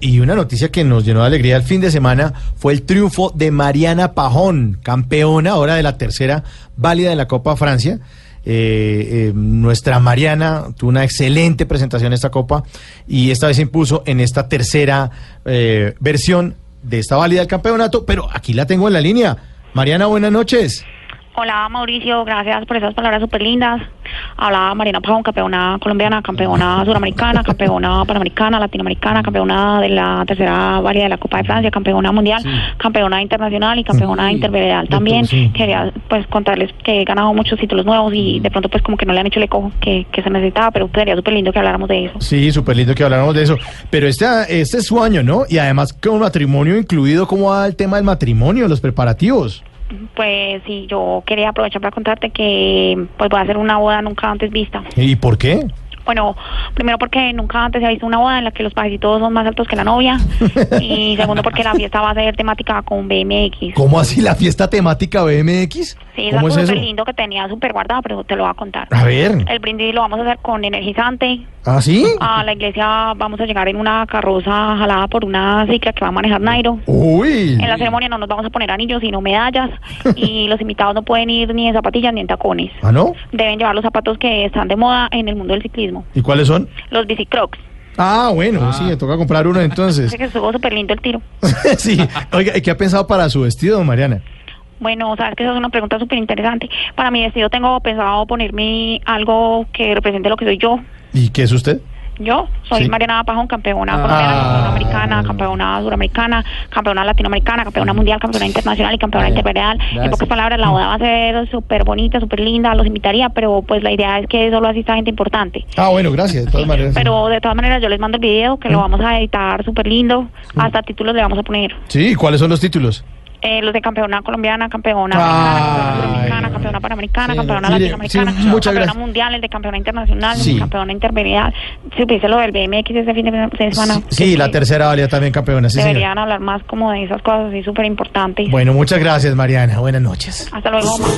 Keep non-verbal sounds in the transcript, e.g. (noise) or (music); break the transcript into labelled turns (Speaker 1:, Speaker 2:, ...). Speaker 1: Y una noticia que nos llenó de alegría el fin de semana fue el triunfo de Mariana Pajón, campeona ahora de la tercera válida de la Copa Francia. Eh, eh, nuestra Mariana tuvo una excelente presentación en esta Copa y esta vez se impuso en esta tercera eh, versión de esta válida del campeonato, pero aquí la tengo en la línea. Mariana, buenas noches.
Speaker 2: Hola Mauricio, gracias por esas palabras súper lindas. Hablaba Mariana Pajón, campeona colombiana, campeona suramericana, campeona panamericana, latinoamericana, campeona de la tercera varia de la Copa de Francia, campeona mundial, campeona internacional y campeona interveredal también. Quería pues contarles que he ganado muchos títulos nuevos y de pronto pues como que no le han hecho el eco que, que se necesitaba, pero sería súper lindo que habláramos de eso.
Speaker 1: Sí, súper lindo que habláramos de eso. Pero este, este es su año, ¿no? Y además con matrimonio incluido, ¿cómo va el tema del matrimonio, los preparativos?
Speaker 2: Pues sí, yo quería aprovechar para contarte que pues voy a hacer una boda nunca antes vista.
Speaker 1: ¿Y por qué?
Speaker 2: Bueno, primero porque nunca antes se ha visto una boda en la que los pajecitos son más altos que
Speaker 1: (laughs)
Speaker 2: la novia. y segundo porque la fiesta va a ser temática con BMX.
Speaker 1: ¿Cómo así la fiesta temática BMX?
Speaker 2: Sí, es
Speaker 1: ¿Cómo
Speaker 2: algo
Speaker 1: es
Speaker 2: súper
Speaker 1: eso?
Speaker 2: lindo que tenía súper guardado, pero te lo voy a contar.
Speaker 1: A ver.
Speaker 2: El brindis lo vamos a hacer con energizante.
Speaker 1: ¿Ah, sí?
Speaker 2: A la iglesia vamos a llegar en una carroza jalada por una cicla que va a manejar Nairo.
Speaker 1: Uy.
Speaker 2: En la ceremonia no nos vamos a poner anillos, sino medallas. y los invitados no pueden ir ni en zapatillas ni en tacones.
Speaker 1: ¿Ah, no?
Speaker 2: deben llevar los zapatos que están de moda en el mundo del ciclismo,
Speaker 1: ¿Y cuáles son?
Speaker 2: los bicicrocs.
Speaker 1: Ah, bueno, sí, me toca comprar uno entonces. (laughs)
Speaker 2: (laughs) Sé que estuvo súper lindo el tiro.
Speaker 1: sí. Oiga, ¿y ¿qué ha pensado para su vestido, Mariana?
Speaker 2: Bueno, sabes que esa es una pregunta súper interesante. Para mi vestido tengo pensado ponerme algo que represente lo que soy yo.
Speaker 1: ¿Y qué es usted?
Speaker 2: Yo soy
Speaker 1: Sí.
Speaker 2: Mariana Pajón, campeona colombiana,
Speaker 1: Ah.
Speaker 2: campeona americana, campeona suramericana, campeona latinoamericana, campeona mundial, campeona internacional y campeona interveredal. En pocas palabras, la boda va a ser súper bonita, súper linda, los invitaría, pero pues la idea es que solo asista gente importante.
Speaker 1: Ah, bueno, gracias, de todas maneras.
Speaker 2: Pero de todas maneras yo les mando el video que lo vamos a editar súper lindo. Hasta títulos le vamos a poner.
Speaker 1: Sí, ¿y ¿cuáles son los títulos?
Speaker 2: Eh, los de campeona colombiana, campeona
Speaker 1: Ay.
Speaker 2: americana, campeona suramericana, campeona panamericana,
Speaker 1: Sí,
Speaker 2: campeona
Speaker 1: sí,
Speaker 2: latinoamericana,
Speaker 1: sí, muchas
Speaker 2: campeona
Speaker 1: gracias.
Speaker 2: mundial, el de campeona internacional,
Speaker 1: Sí.
Speaker 2: el de campeona intermedial. Si hubiese lo del BMX este fin de semana.
Speaker 1: Sí, sí, la tercera valía también campeona, sí,
Speaker 2: Deberían
Speaker 1: señor.
Speaker 2: hablar más como de esas cosas así súper importantes.
Speaker 1: Bueno, muchas gracias, Mariana. Buenas noches.
Speaker 2: Hasta luego, mamá.